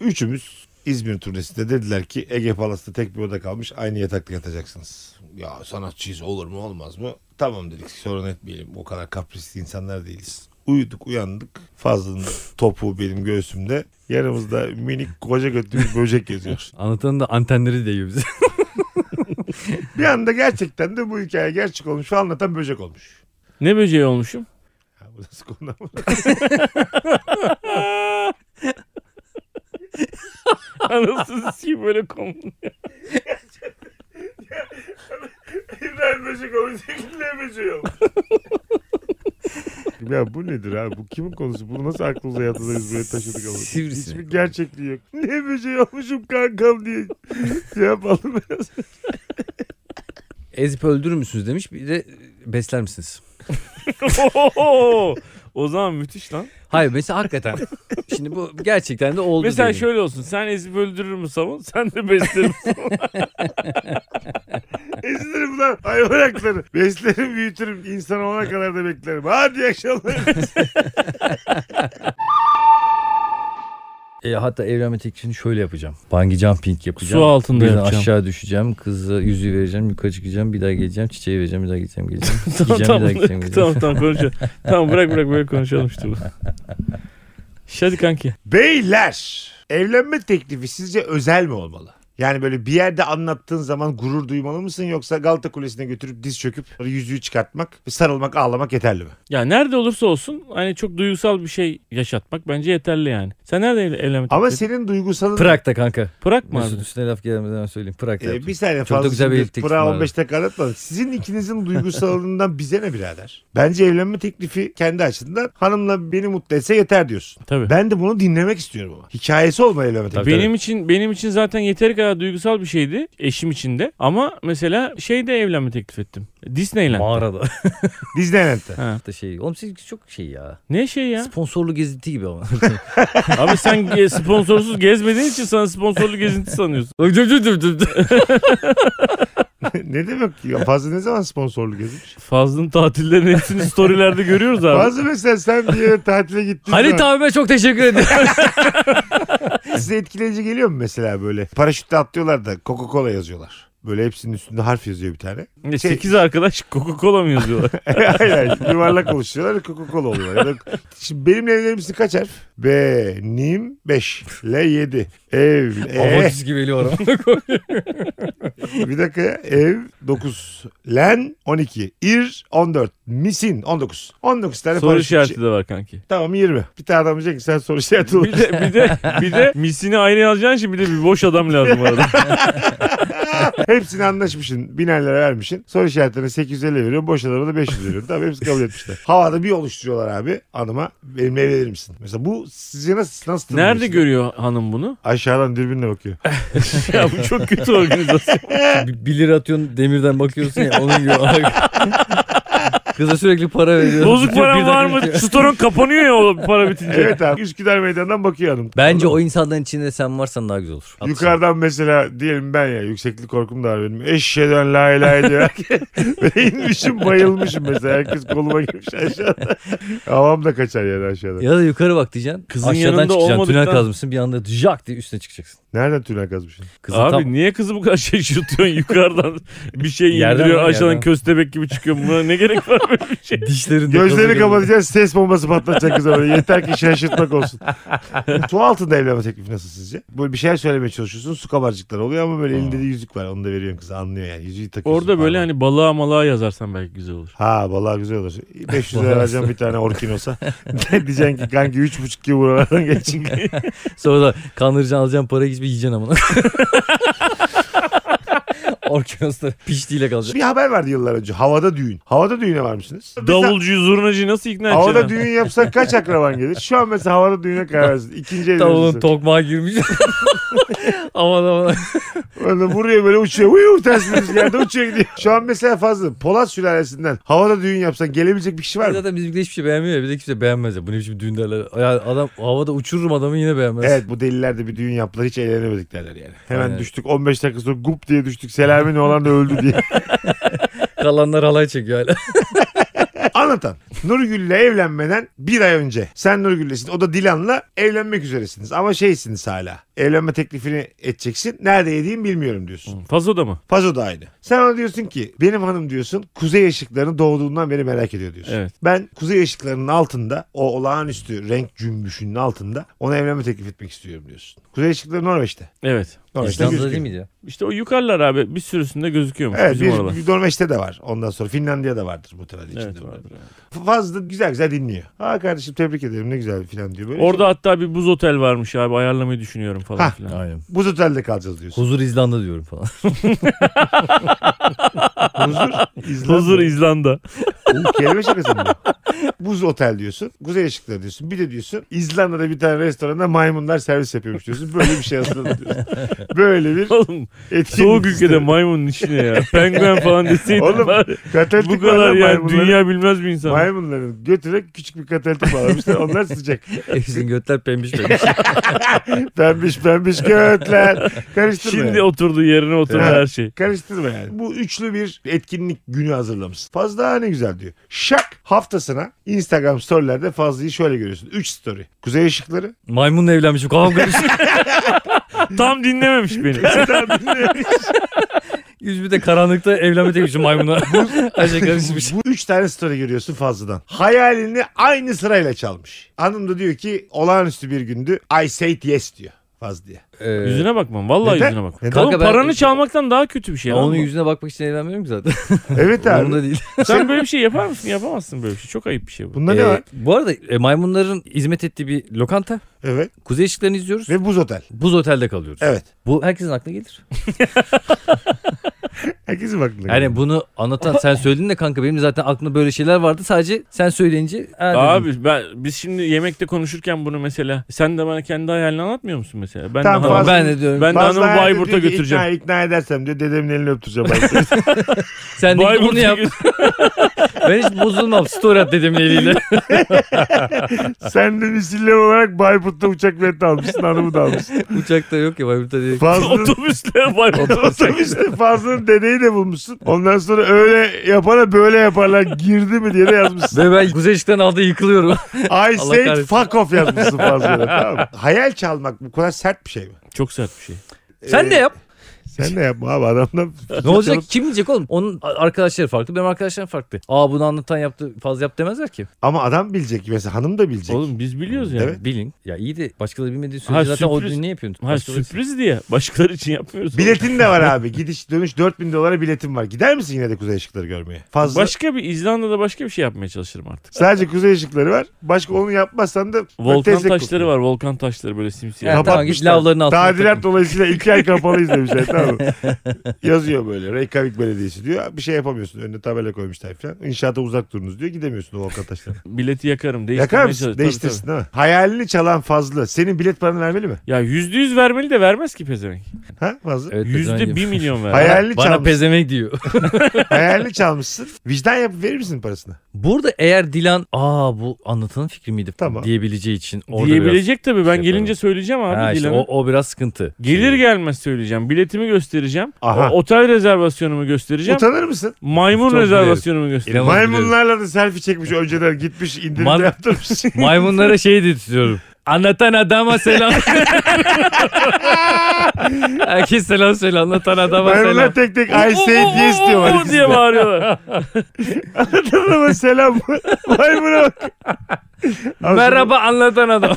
Üçümüz İzmir turnesinde dediler ki Ege Palas'ta tek bir oda kalmış aynı yatakta yatacaksınız. Ya sanatçıyız olur mu olmaz mı? Tamam dedik sorun etmeyelim o kadar kaprisli insanlar değiliz. Uyuduk uyandık fazlının topu benim göğsümde yanımızda minik koca götlü bir böcek geziyor.
Anlatanın da antenleri değiyor bize.
Bir anda gerçekten de bu hikaye gerçek olmuş ve anlatan böcek olmuş.
Ne böceği olmuşum?
Ya bu nasıl konu ama?
Anasını sikeyim böyle kom.
İbrahim Böcek olmuş, İbrahim Böcek olmuş. ya bu nedir abi? Bu kimin konusu? Bunu nasıl aklımıza yatırdık biz böyle taşıdık ama?
Sivrisinek.
Hiçbir gerçekliği yok. Ne böceği olmuşum kankam diye şey yapalım biraz.
Ezip öldürür müsünüz demiş. Bir de e, besler misiniz?
Ohoho! o zaman müthiş lan.
Hayır mesela hakikaten. Şimdi bu gerçekten de oldu.
Mesela
diyelim.
şöyle olsun. Sen ezip öldürür mü savun? Sen de beslerim.
Ezilerim lan hayvanakları. Beslerim büyütürüm. İnsan ona kadar da beklerim. Hadi iyi akşamlar.
E, hatta evlenme teklifini şöyle yapacağım. Bungee jumping yapacağım.
Su altında
Birden
yapacağım.
aşağı düşeceğim. Kızı yüzüğü vereceğim. Yukarı çıkacağım. Bir daha geleceğim. Çiçeği vereceğim. Bir daha gideceğim. Geleceğim.
tamam tamam
Yiyeceğim, bir daha gideceğim,
tamam
geleceğim.
tamam konuşalım. tamam bırak bırak böyle konuşalım işte bu. Hadi kanki.
Beyler evlenme teklifi sizce özel mi olmalı? Yani böyle bir yerde anlattığın zaman gurur duymalı mısın yoksa Galata Kulesi'ne götürüp diz çöküp yüzüğü çıkartmak, sarılmak, ağlamak yeterli mi?
Ya nerede olursa olsun hani çok duygusal bir şey yaşatmak bence yeterli yani. Sen nerede el- evlenme
Ama
teklifi-
senin duygusalın...
Prag'da kanka.
Bırakma abi.
Mesut üstüne laf gelmeden hemen söyleyeyim. Prag'da
Ee,
yapacağım.
bir saniye
Çok
fazla.
da güzel bir
şimdi
teklifim
Burak'a
var.
15 dakika anlatmadım. Sizin ikinizin duygusalından bize ne birader? Bence evlenme teklifi kendi açısından hanımla beni mutlu etse yeter diyorsun.
Tabii.
Ben de bunu dinlemek istiyorum ama. Hikayesi olma evlenme teklifi.
benim için benim için zaten yeteri kadar duygusal bir şeydi eşim için de. Ama mesela şeyde evlenme teklif ettim. Disneyland.
Mağarada.
Disneyland'de.
da şey. Oğlum siz çok şey ya.
ne şey ya?
Sponsorlu gezinti gibi ama.
Abi sen ge- sponsorsuz gezmediğin için sana sponsorlu gezinti sanıyorsun.
ne demek ya? Fazla ne zaman sponsorluk yazmış?
Fazlın tatillerin hepsini storylerde görüyoruz abi.
Fazla mesela sen bir yere tatile gittin.
Hani
Halit abime çok teşekkür ederim.
Size etkileyici geliyor mu mesela böyle? Paraşütle atlıyorlar da Coca-Cola yazıyorlar. Böyle hepsinin üstünde harf yazıyor bir tane.
Ne, Sekiz arkadaş Coca-Cola mı yazıyorlar?
Aynen yuvarlak oluşuyorlar Coca-Cola oluyorlar. Ya da- Şimdi benim evlerimizin kaç harf? B, nim, 5, L, 7. Ev, e,
Avocus gibi geliyor ama.
bir dakika ya. Ev, 9. Len, 12. Ir, 14. Misin, 19. 19 tane
Soru
paraşütçi.
işareti de var kanki.
Tamam 20. Bir tane adam diyecek ki sen soru işareti olur.
Bir de bir de bir de misini aynı yazacağın için bir de bir boş adam lazım arada.
Hepsini anlaşmışsın. Binerlere vermişsin. Soru işaretlerine 850 veriyorum. Boş adama da 500 veriyorum. Tamam hepsi kabul etmişler. Havada bir oluşturuyorlar abi. Anıma benimle evlenir misin? Mesela bu sizce nasıl? nasıl
Nerede
tanımlıyorsunuz?
görüyor hanım bunu?
Aşağıdan dürbünle bakıyor.
Ya bu çok kötü organizasyon.
1 lira atıyorsun demirden bakıyorsun ya onun gibi. Kıza sürekli para veriyor.
Bozuk
Bitiyor, bir
param var mı?
dakika bitiyor.
Storon kapanıyor ya o para bitince.
Evet abi Üsküdar Meydanı'ndan bakıyor hanım.
Bence o insanların içinde sen varsan daha güzel olur.
Yukarıdan mesela diyelim ben ya yükseklik korkum da var benim. Eşşeden la ilahe illallah. Ve inmişim bayılmışım mesela. Herkes koluma girmiş aşağıda. Havam da kaçar yani aşağıda.
Ya da yukarı bak diyeceksin.
Kızın
aşağıdan
yanında
çıkacaksın.
olmadıktan-
Tünel kazmışsın bir anda jak diye üstüne çıkacaksın.
Nereden tünel kazmışsın?
Kızın
Abi
tam
niye kızı bu kadar şaşırtıyorsun yukarıdan bir şey
Yerden
indiriyor
mi,
aşağıdan
yerden?
köstebek gibi çıkıyor buna ne gerek var böyle bir şey.
dişlerinde
Gözlerini
kapatacak.
kapatacaksın ses bombası patlatacak kız öyle. Yeter ki şaşırtmak olsun. su altında evlenme teklifi nasıl sizce? Böyle bir şeyler söylemeye çalışıyorsun. Su kabarcıkları oluyor ama böyle elinde de yüzük var. Onu da veriyorsun kıza anlıyor yani. Yüzüğü takıyorsun.
Orada böyle
parmağına.
hani balığa malığa yazarsan belki güzel olur.
Ha vallahi güzel olur. 500 lira vereceğim bir tane orkinosa. Diyeceksin ki kanki 3,5 gibi buralardan geçin.
Sonra da kandıracaksın alacaksın parayı hiçbir yiyeceksin amına. Orkinos'ta piştiğiyle kalacak.
Bir haber vardı yıllar önce. Havada düğün. Havada düğüne var mısınız?
Davulcuyu zurnacıyı nasıl ikna
Mesela
edeceksin?
havada
abi?
düğün yapsan kaç akraban gelir? Şu an mesela havada düğüne karar versin. İkinci
Tavuğun
evlenirsin.
tokmağa girmiş. aman aman.
Öyle vuruyor böyle uçuyor. Uyuh ters bir rüzgarda uçuyor gidiyor. Şu an mesela fazla. Polat sülalesinden havada düğün yapsan gelebilecek bir kişi var mı?
Zaten bizimkiler hiçbir şey beğenmiyor ya. Bir de kimse beğenmez ya. Bu ne biçim düğün derler. Ya adam havada uçururum adamı yine beğenmez.
Evet bu deliler de bir düğün yaptılar hiç eğlenemedik derler yani. Hemen
Aynen.
düştük 15 dakika sonra gup diye düştük. Selami olan da öldü diye.
Kalanlar halay çekiyor hala.
Anlatan. Nurgül'le evlenmeden bir ay önce sen Nurgül'lesin o da Dilan'la evlenmek üzeresiniz. Ama şeysiniz hala. Evlenme teklifini edeceksin. Nerede yediğimi bilmiyorum diyorsun.
Fazo da mı?
Fazo da aynı. Sen ona diyorsun ki benim hanım diyorsun kuzey ışıklarını doğduğundan beri merak ediyor diyorsun.
Evet.
Ben kuzey ışıklarının altında o olağanüstü renk cümbüşünün altında ona evlenme teklif etmek istiyorum diyorsun. Kuzey ışıkları Norveç'te.
Evet.
Norveç'te
İstanbul'da
gözüküyor.
değil miydi ya?
İşte o yukarılar abi bir sürüsünde gözüküyormuş
Evet
bizim
bir,
oralar.
bir Norveç'te de var. Ondan sonra Finlandiya'da vardır muhtemelen içinde.
Evet,
bunlar.
vardır.
Fazla güzel güzel dinliyor. Ha kardeşim tebrik ederim ne güzel filan diyor. Böyle
Orada hatta bir buz otel varmış abi ayarlamayı düşünüyorum falan
Hah.
filan.
Aynen.
Buz otelde kalacağız diyorsun.
Huzur İzlanda diyorum falan.
Huzur, İzlanda.
Huzur İzlanda.
Bu kelime şakası mı? bu? Buz otel diyorsun. Kuzey ışıkları diyorsun. Bir de diyorsun İzlanda'da bir tane restoranda maymunlar servis yapıyormuş diyorsun. Böyle bir şey aslında diyorsun. Böyle bir
Oğlum
etkinlik.
soğuk ülkede maymunun işine ya. Penguen falan deseydin
Oğlum,
bari.
Katalitik
Bu
var
kadar
lan
yani
maymunların-
dünya bilmez bir insan.
Maymunların götüne küçük bir katalitik bağlamışlar. Onlar sıcak.
Sizin götler pembiş pembiş.
Pembiş pembiş götler. Karıştırma.
Şimdi
yani.
oturdu yerine oturdu
Ha.
her şey.
Karıştırma yani. Bu üçlü bir etkinlik günü hazırlamışsın. Fazla ne güzel diyor. Şak haftasına Instagram storylerde Fazlı'yı şöyle görüyorsun. 3 story. Kuzey ışıkları.
Maymunla evlenmişim kavga etmiş.
Tam dinlememiş beni.
Yüz bir de karanlıkta evlenme teklifim maymuna. Aşağı karışmış.
Bu 3 tane story görüyorsun Fazlı'dan. Hayalini aynı sırayla çalmış. Hanım da diyor ki olağanüstü bir gündü. I said yes diyor Fazlı'ya.
Ee,
yüzüne bakmam. Vallahi
Neden?
yüzüne bak.
Neden?
Oğlum
Kanka ben-
paranı çalmaktan daha kötü bir şey.
Onun
lan bu.
yüzüne bakmak için evlenmiyorum ki zaten.
Evet
Onun
abi.
değil.
Sen böyle bir şey yapar mısın? Yapamazsın böyle bir şey. Çok ayıp bir şey bu.
Bunda ne
Ee,
var?
bu arada e, maymunların hizmet ettiği bir lokanta.
Evet.
Kuzey ışıklarını izliyoruz.
Ve buz otel.
Buz otelde kalıyoruz.
Evet.
Bu herkesin aklına gelir.
Herkesin aklına.
Yani bunu anlatan sen söyledin de kanka benim zaten aklımda böyle şeyler vardı. Sadece sen söyleyince ha dedim.
Abi ben biz şimdi yemekte konuşurken bunu mesela sen de bana kendi hayalini anlatmıyor musun mesela? Ben
Tamam,
de
Ama
fazla-
ben de diyorum.
Ben de
Fazlı
hanımı
hayalde
Bayburt'a
diyor ki,
götüreceğim.
İkna, ikna edersem diyor dedemin elini öptüreceğim.
sen de git bunu yap. Ben hiç bozulmam. Story at dedim eliyle.
Sen de misilleme olarak Bayburt'ta uçak bileti almışsın hanımı da almışsın.
Uçakta yok ya. Bayburt'a diye.
Fazlı'nın
Otobüsle Bayburt'a.
Otobüste Fazlı'nın dedeyi de bulmuşsun. Ondan sonra öyle yapana böyle yaparlar girdi mi diye de yazmışsın.
Ve ben Kuzey Işık'tan aldı yıkılıyorum.
I said
kahretsin.
fuck off yazmışsın Fazlı'ya. Tamam. mı? Hayal çalmak bu kadar sert bir şey mi?
Çok sert bir şey.
Sen de yap.
Sen de yapma abi adamdan.
Ne olacak? Kim diyecek oğlum? Onun arkadaşları farklı. Benim arkadaşlarım farklı. Aa bunu anlatan yaptı. Fazla yap demezler ki.
Ama adam bilecek mesela hanım da bilecek.
Oğlum biz biliyoruz yani.
Evet.
Bilin. Ya iyi de başkaları bilmediği sürece
Ha,
zaten
sürpriz.
o ne yapıyorsun?
Ha
Başkaları-
sürpriz diye. Başkaları için yapmıyoruz.
Biletin de var abi. Gidiş dönüş 4000 dolara biletim var. Gider misin yine de kuzey ışıkları görmeye? Fazla.
Başka bir İzlanda'da başka bir şey yapmaya çalışırım artık.
Sadece kuzey ışıkları var. Başka onu yapmazsan da
Volkan
tezzek
taşları
kokuyor.
var. Volkan taşları böyle simsiyah.
Ya tamam git
Kapatmışlar.
lavların altına.
Tadilat dolayısıyla iki ay kapalıyız demişler tamam mı? Yazıyor böyle Reykjavik Belediyesi diyor. Bir şey yapamıyorsun. Önüne tabela koymuşlar falan. İnşaata uzak durunuz diyor. Gidemiyorsun o volkan taşlarına.
Bileti yakarım.
Yakar
Değiştirmeye
mısın?
çalış-
Değiştirsin
Tabii,
değil mi? Hayalini çalan Fazlı. Senin bilet paranı vermeli mi?
tabii. Ya yüzde yüz vermeli de vermez ki pezevenk.
Ha Fazlı?
Evet,
Yüzde bir
pezevenk diyor.
milyon ver.
Hayalini,
Bana
çalmış,
pezemek diyor.
hayalini çalmışsın. Vicdan yapıp verir misin parasını?
Burada eğer Dilan aa bu anlatanın fikri miydi
Tamam.
diyebileceği için. orada
Diyebilecek tabii. Ben
şey
gelince
yaparım.
söyleyeceğim
biraz-
abi.
Ha, işte
Dilan'ın.
o, o biraz sıkıntı.
Gelir gelmez söyleyeceğim. Biletimi göstereceğim.
Aha.
O- otel rezervasyonumu göstereceğim.
Utanır mısın?
Maymun
Çok
rezervasyonumu göstereceğim.
İnanılmaz
Maymunlarla da selfie çekmiş önceden gitmiş indirimde
Man-
yaptırmış.
Maymunlara şey diyorum. Anlatan adama selam. Herkes selam söyle anlatan adama selam.
Maymunlar tek tek
Oh,
I said yes
Oo,
diyorlar.
diye bağırıyorlar.
Adama selam. Maymuna bak. Abi
Merhaba anlatan adam.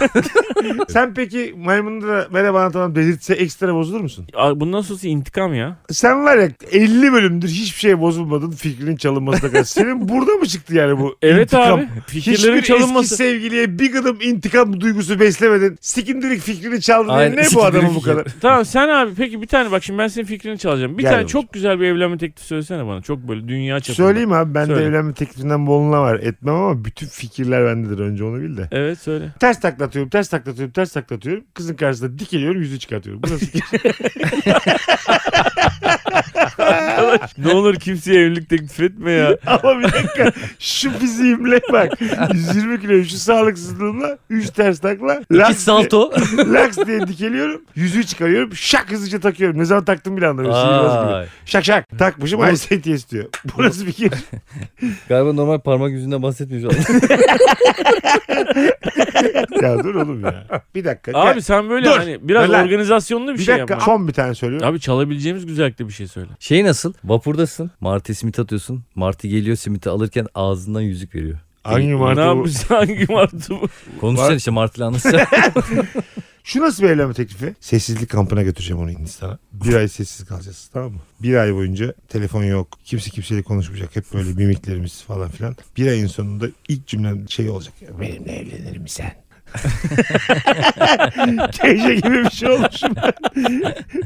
Sen peki maymunu da merhaba anlatamam dedirtse ekstra bozulur musun?
Aa, Bundan sonrası intikam ya.
Sen var ya 50 bölümdür hiçbir şey bozulmadın fikrinin çalınmasına kadar. Senin burada mı çıktı yani bu
Evet
intikam?
abi. Fikirlerin
Hiçbir
çalınması.
eski sevgiliye bir gıdım intikam duygusu beslemedin. Sikindirik fikrini çaldın.
Aynen,
Ne bu
sikindirik
adamın bu
fikri.
kadar?
Tamam sen abi peki bir tane bak şimdi ben senin fikrini çalacağım. Bir
Gel
tane
babacığım.
çok güzel bir evlenme teklifi söylesene bana. Çok böyle dünya çapında.
Söyleyeyim abi ben de
Söyle.
evlenme teklifinden boluna var. Etmem ama bütün fikirler bendedir önce onu bil de.
Evet söyle.
Ters taklatıyorum, ters taklatıyorum, ters taklatıyorum. Kızın karşısında dikiliyorum, yüzü çıkartıyorum. Bu nasıl fikir?
ne olur kimseye evlilik teklif etme ya.
Ama bir dakika şu fiziğimle bak 120 kilo şu sağlıksızlığımla 3 ters takla
Git
laks diye,
salto.
laks diye dikeliyorum yüzüğü çıkarıyorum şak hızlıca takıyorum ne zaman taktım bile anlamıyorum sihirbaz gibi.
Ay.
Şak şak takmışım I said yes diyor. Bu nasıl şey? fikir?
Galiba normal parmak yüzünden bahsetmiyoruz.
ya dur oğlum ya. Bir dakika. gel.
Abi sen böyle
Dur.
hani biraz
Dur lan.
organizasyonlu bir,
bir,
şey
dakika
yapma.
son bir tane söylüyorum.
Abi çalabileceğimiz güzellikte bir şey söyle.
şey nasıl? Vapurdasın. Martı simit atıyorsun. Martı geliyor simiti alırken ağzından yüzük veriyor.
Hangi
ne
martı bu?
yapmışsın hangi martı bu?
Konuşacaksın işte martıyla anlaşacaksın.
Şu nasıl bir evlenme teklifi? Sessizlik kampına götüreceğim onu Hindistan'a. Bir ay sessiz kalacağız tamam mı? Bir ay boyunca telefon yok. Kimse kimseyle konuşmayacak. Hep böyle mimiklerimiz falan filan. Bir ayın sonunda ilk cümlem şey olacak. Benimle evlenir misin? Teyze gibi bir şey olmuşum ben.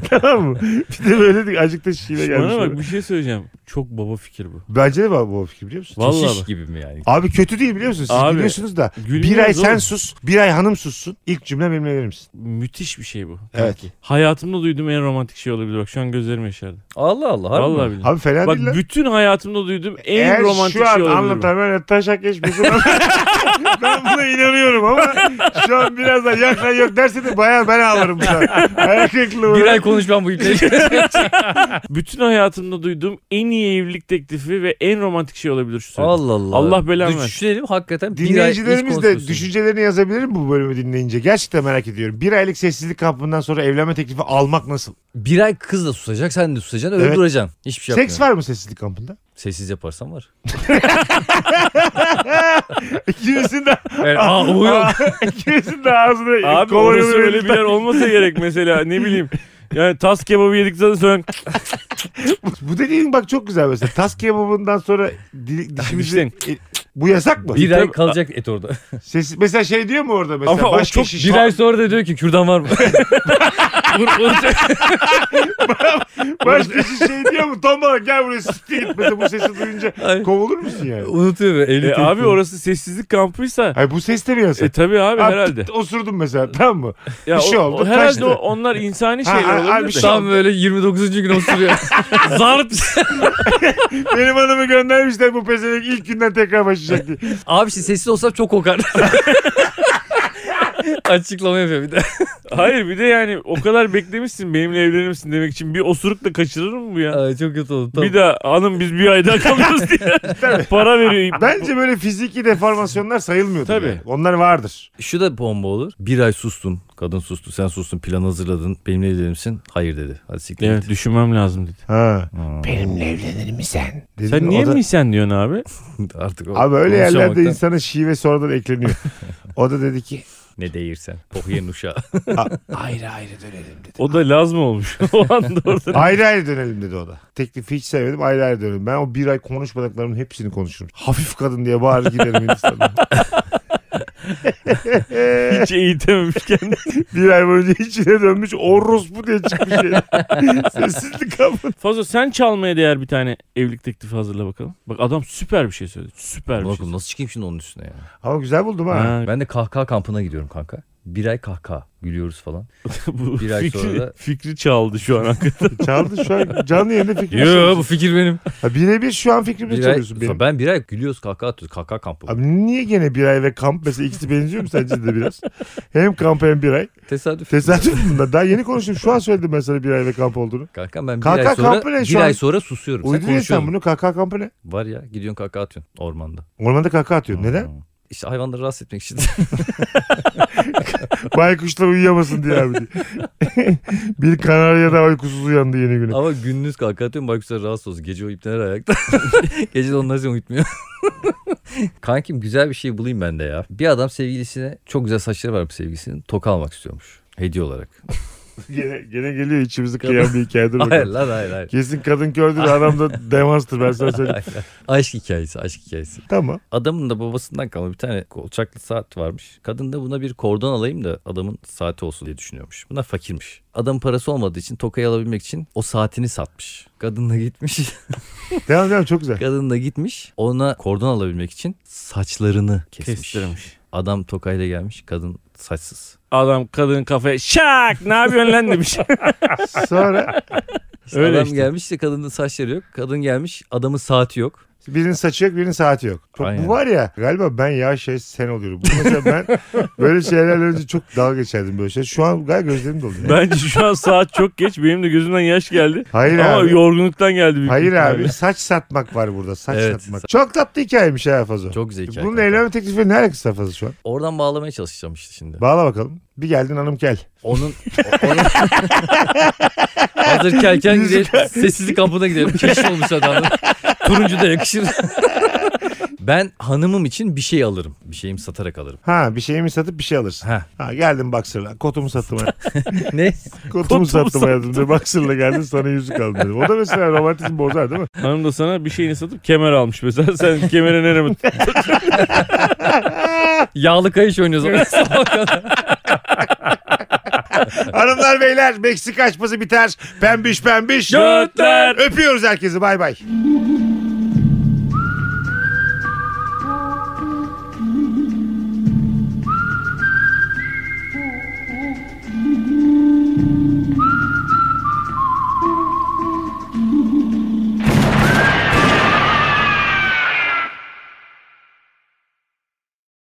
tamam mı? Bir de böyle acık da şişeyle
Bana bak
gelmiş.
bir şey söyleyeceğim. Çok baba fikir bu.
Bence de var bu fikir biliyor musun?
Vallahi
Şiş
bak.
gibi mi yani?
Abi kötü değil biliyor musun? Siz
Abi,
gülüyorsunuz da. Bir
gülmüyoruz
ay sen
oğlum.
sus. Bir ay hanım sussun. İlk cümle benimle evlenir misin?
Müthiş bir şey bu.
Evet.
Hayatımda duyduğum en romantik şey olabilir. Bak şu an gözlerim yaşardı.
Allah Allah. harbi mi?
Vallahi billahi.
Abi fena
Bak
değil lan.
bütün hayatımda duyduğum en
Eğer
romantik
şu an
şey olabilir. bu.
anlatan böyle taşak geçmesin. ben buna inanıyorum ama şu an biraz da yak lan yok derse de bayağı ben ağlarım şu an. Ayak kırıklığı
Bir
olur.
ay konuşmam bu iple.
Bütün hayatımda duyduğum en iyi iyi evlilik teklifi ve en romantik şey olabilir şu söylediğim.
Allah Allah.
Allah belanı versin.
Düşünelim hakikaten. bir ay hiç
Dinleyicilerimiz de
konuşmuyorsunuz.
düşüncelerini yazabilir mi bu bölümü dinleyince? Gerçekten merak ediyorum. Bir aylık sessizlik kampından sonra evlenme teklifi almak nasıl?
Bir ay kız da susacak sen de susacaksın öyle
Evet.
duracaksın. Hiçbir şey
Seks
yapmayacaksın.
var mı sessizlik kampında?
Sessiz yaparsan var.
İkinizin de,
Yani, aa, o yok.
ikinizin de ağzına
Abi
kolonya
orası öyle bir
verirler.
yer olmasa gerek mesela ne bileyim. Yani tas kebabı yedikten sonra
Bu dediğin bak çok güzel mesela. Tas kebabından sonra di, dişimizi...
dişten.
E, bu yasak mı?
bir ay
Tabii.
kalacak et orada.
Ses, mesela şey diyor mu orada mesela?
Ama o
başka
çok
şiş-
Bir ay sonra da diyor ki kürdan var mı? Vur- vuracak.
Başka şiş şey diyor mu? Tombala gel buraya siktir git mesela bu sesi duyunca
Ay.
kovulur musun yani?
Unutuyor be.
E, abi orası sessizlik kampıysa
Ay bu ses de mi yasak?
e tabi abi
Abi
herhalde.
tut- Osurdum mesela tamam mı?
Ya
bir şey
o-
oldu,
o- herhalde
kaçtı.
o- onlar insani
Ha, ha,
şeyler
ha, bir
olabilir de.
şey-
Tam böyle 29. gün osuruyor. Zarp.
Benim hanımı göndermişler bu pezevenk ilk günden tekrar başlayacak diye.
Abi işte sessiz olsam çok kokar. Açıklama yapıyor bir de.
Hayır bir de yani o kadar beklemişsin benimle evlenir misin demek için bir osuruk da kaçırır mı bu ya?
Ay, çok kötü oldu. Tamam.
Bir daha hanım biz bir ayda kalıyoruz diye para veriyor.
Bence böyle fiziki deformasyonlar sayılmıyordur.
Tabii.
yani. Onlar vardır.
Şu da bomba olur. Bir ay sustun. Kadın sustu. Sen sustun. Plan hazırladın. Benimle evlenir misin? Hayır dedi. Hadi siktir
Evet
git.
düşünmem lazım dedi.
Ha. Benimle evlenir mi sen?
Sen niye mi sen diyorsun abi?
Artık o-
Abi öyle yerlerde
konuşamamaktan
insana şive sonradan ekleniyor. o da dedi ki
Ne değirsen. Pohyen uşağı.
ayrı ayrı dönelim dedi.
O da lazım olmuş. o anda orada.
Ayrı ayrı dönelim dedi o da. Teklifi hiç sevmedim ayrı ayrı dönelim. Ben o bir ay konuşmadıklarımın hepsini konuşurum. Hafif kadın diye bağırır giderim Hindistan'a.
Hiç eğitememiş kendini.
bir ay boyunca içine dönmüş orospu diye çıkmış. herif. Sessizlik kapı.
Fazla sen çalmaya değer bir tane evlilik teklifi hazırla bakalım. Bak adam süper bir şey söyledi. Süper bir şey.
Bakın nasıl çıkayım şimdi onun üstüne ya.
Ama güzel buldum ha.
Ha,
Ben de kahkaha kampına gidiyorum kanka. Bir ay kahkaha. Gülüyoruz falan.
bu
Bir ay
fikri,
sonra da-
fikri çaldı şu an hakikaten.
Çaldı şu an canlı yayında fikrim.
Yo bu fikir benim.
Ha, birebir şu an fikrimi
Bir ay,
çalıyorsun benim.
ben bir ay gülüyoruz kahkaha atıyoruz. Kahkaha kampı. bu.
Abi niye gene bir ay ve kamp mesela ikisi benziyor mu sence de biraz? Hem kamp hem bir ay.
Tesadüf.
Tesadüf bunlar. Daha yeni konuştum. Şu an söyledim mesela bir ay ve kamp olduğunu.
Kankam ben bir
Kahkaha
ay sonra
kampı ne şu
bir
an?
ay sonra susuyorum. Sen
Uyduruyorsun sen
konuşuyorsun.
bunu. Kahkaha kampı ne?
Var ya gidiyorsun kahkaha atıyorsun ormanda.
Ormanda kahkaha atıyor. Neden?
Hmm. İşte hayvanları rahatsız etmek için.
Baykuşlar uyuyamasın diye abi. bir kanarya da uykusuz uyandı yeni güne.
Ama gündüz kalka atıyorum baykuşlar rahatsız olsun. Gece o ipler ayakta. Gece de onlar için uyutmuyor. Kankim güzel bir şey bulayım ben de ya. Bir adam sevgilisine çok güzel saçları var bu sevgilisinin. Toka almak istiyormuş. Hediye olarak.
Gene, gene geliyor içimizi kıyan bir hikayedir.
hayır
bakalım.
lan hayır hayır.
Kesin kadın kördür adam da demanstır ben sana söyleyeyim.
Aşk hikayesi aşk hikayesi.
tamam.
Adamın da babasından kalma bir tane kolçaklı saat varmış. Kadın da buna bir kordon alayım da adamın saati olsun diye düşünüyormuş. Buna fakirmiş. Adam parası olmadığı için tokayı alabilmek için o saatini satmış. Kadın da gitmiş.
Devam devam çok güzel.
Kadın da gitmiş ona kordon alabilmek için saçlarını kesmiş.
Kestirmiş.
Adam tokayla gelmiş kadın saçsız.
Adam kadının kafaya şak ne yapıyorsun lan demiş.
Sonra
İşte
Öyle
adam
işte.
gelmiş de kadının saçları yok. Kadın gelmiş adamın saati yok.
birinin saçı yok birinin saati yok. Çok,
Aynen.
bu var ya galiba ben ya şey sen oluyorum. Bu mesela ben böyle şeylerle önce çok dalga geçerdim böyle şey. Şu an galiba gözlerim doluyor.
Bence şu an saat çok geç. Benim de gözümden yaş geldi.
Hayır
Ama
abi.
yorgunluktan geldi. büyük
Hayır
ihtimalle.
abi saç satmak var burada saç
Evet,
satmak. Çok tatlı hikayemiş ha Fazo.
Çok güzel hikaye.
Bunun
kanka.
evlenme teklifi ne alakası var Fazo şu an?
Oradan bağlamaya çalışacağım işte şimdi.
Bağla bakalım. Bir geldin hanım gel.
Onun... o- onun... Hazır kelken gidelim. Sessizlik kampına gidelim. Keşke olmuş adam. Turuncu da yakışır. ben hanımım için bir şey alırım. Bir şeyimi satarak alırım.
Ha bir şeyimi satıp bir şey alırsın.
Ha.
Ha geldim boxer'la kotumu sattım.
Ne?
kotumu sattım hayatım diye boxer'la geldim sana yüzük aldım dedim. O da mesela romantizm bozar değil mi?
Hanım da sana bir şeyini satıp kemer almış mesela. Sen kemere nereye
Yağlı kayış oynuyoruz.
Hanımlar beyler Meksika açması biter. Pembiş pembiş.
Götler.
Öpüyoruz herkesi bay bay.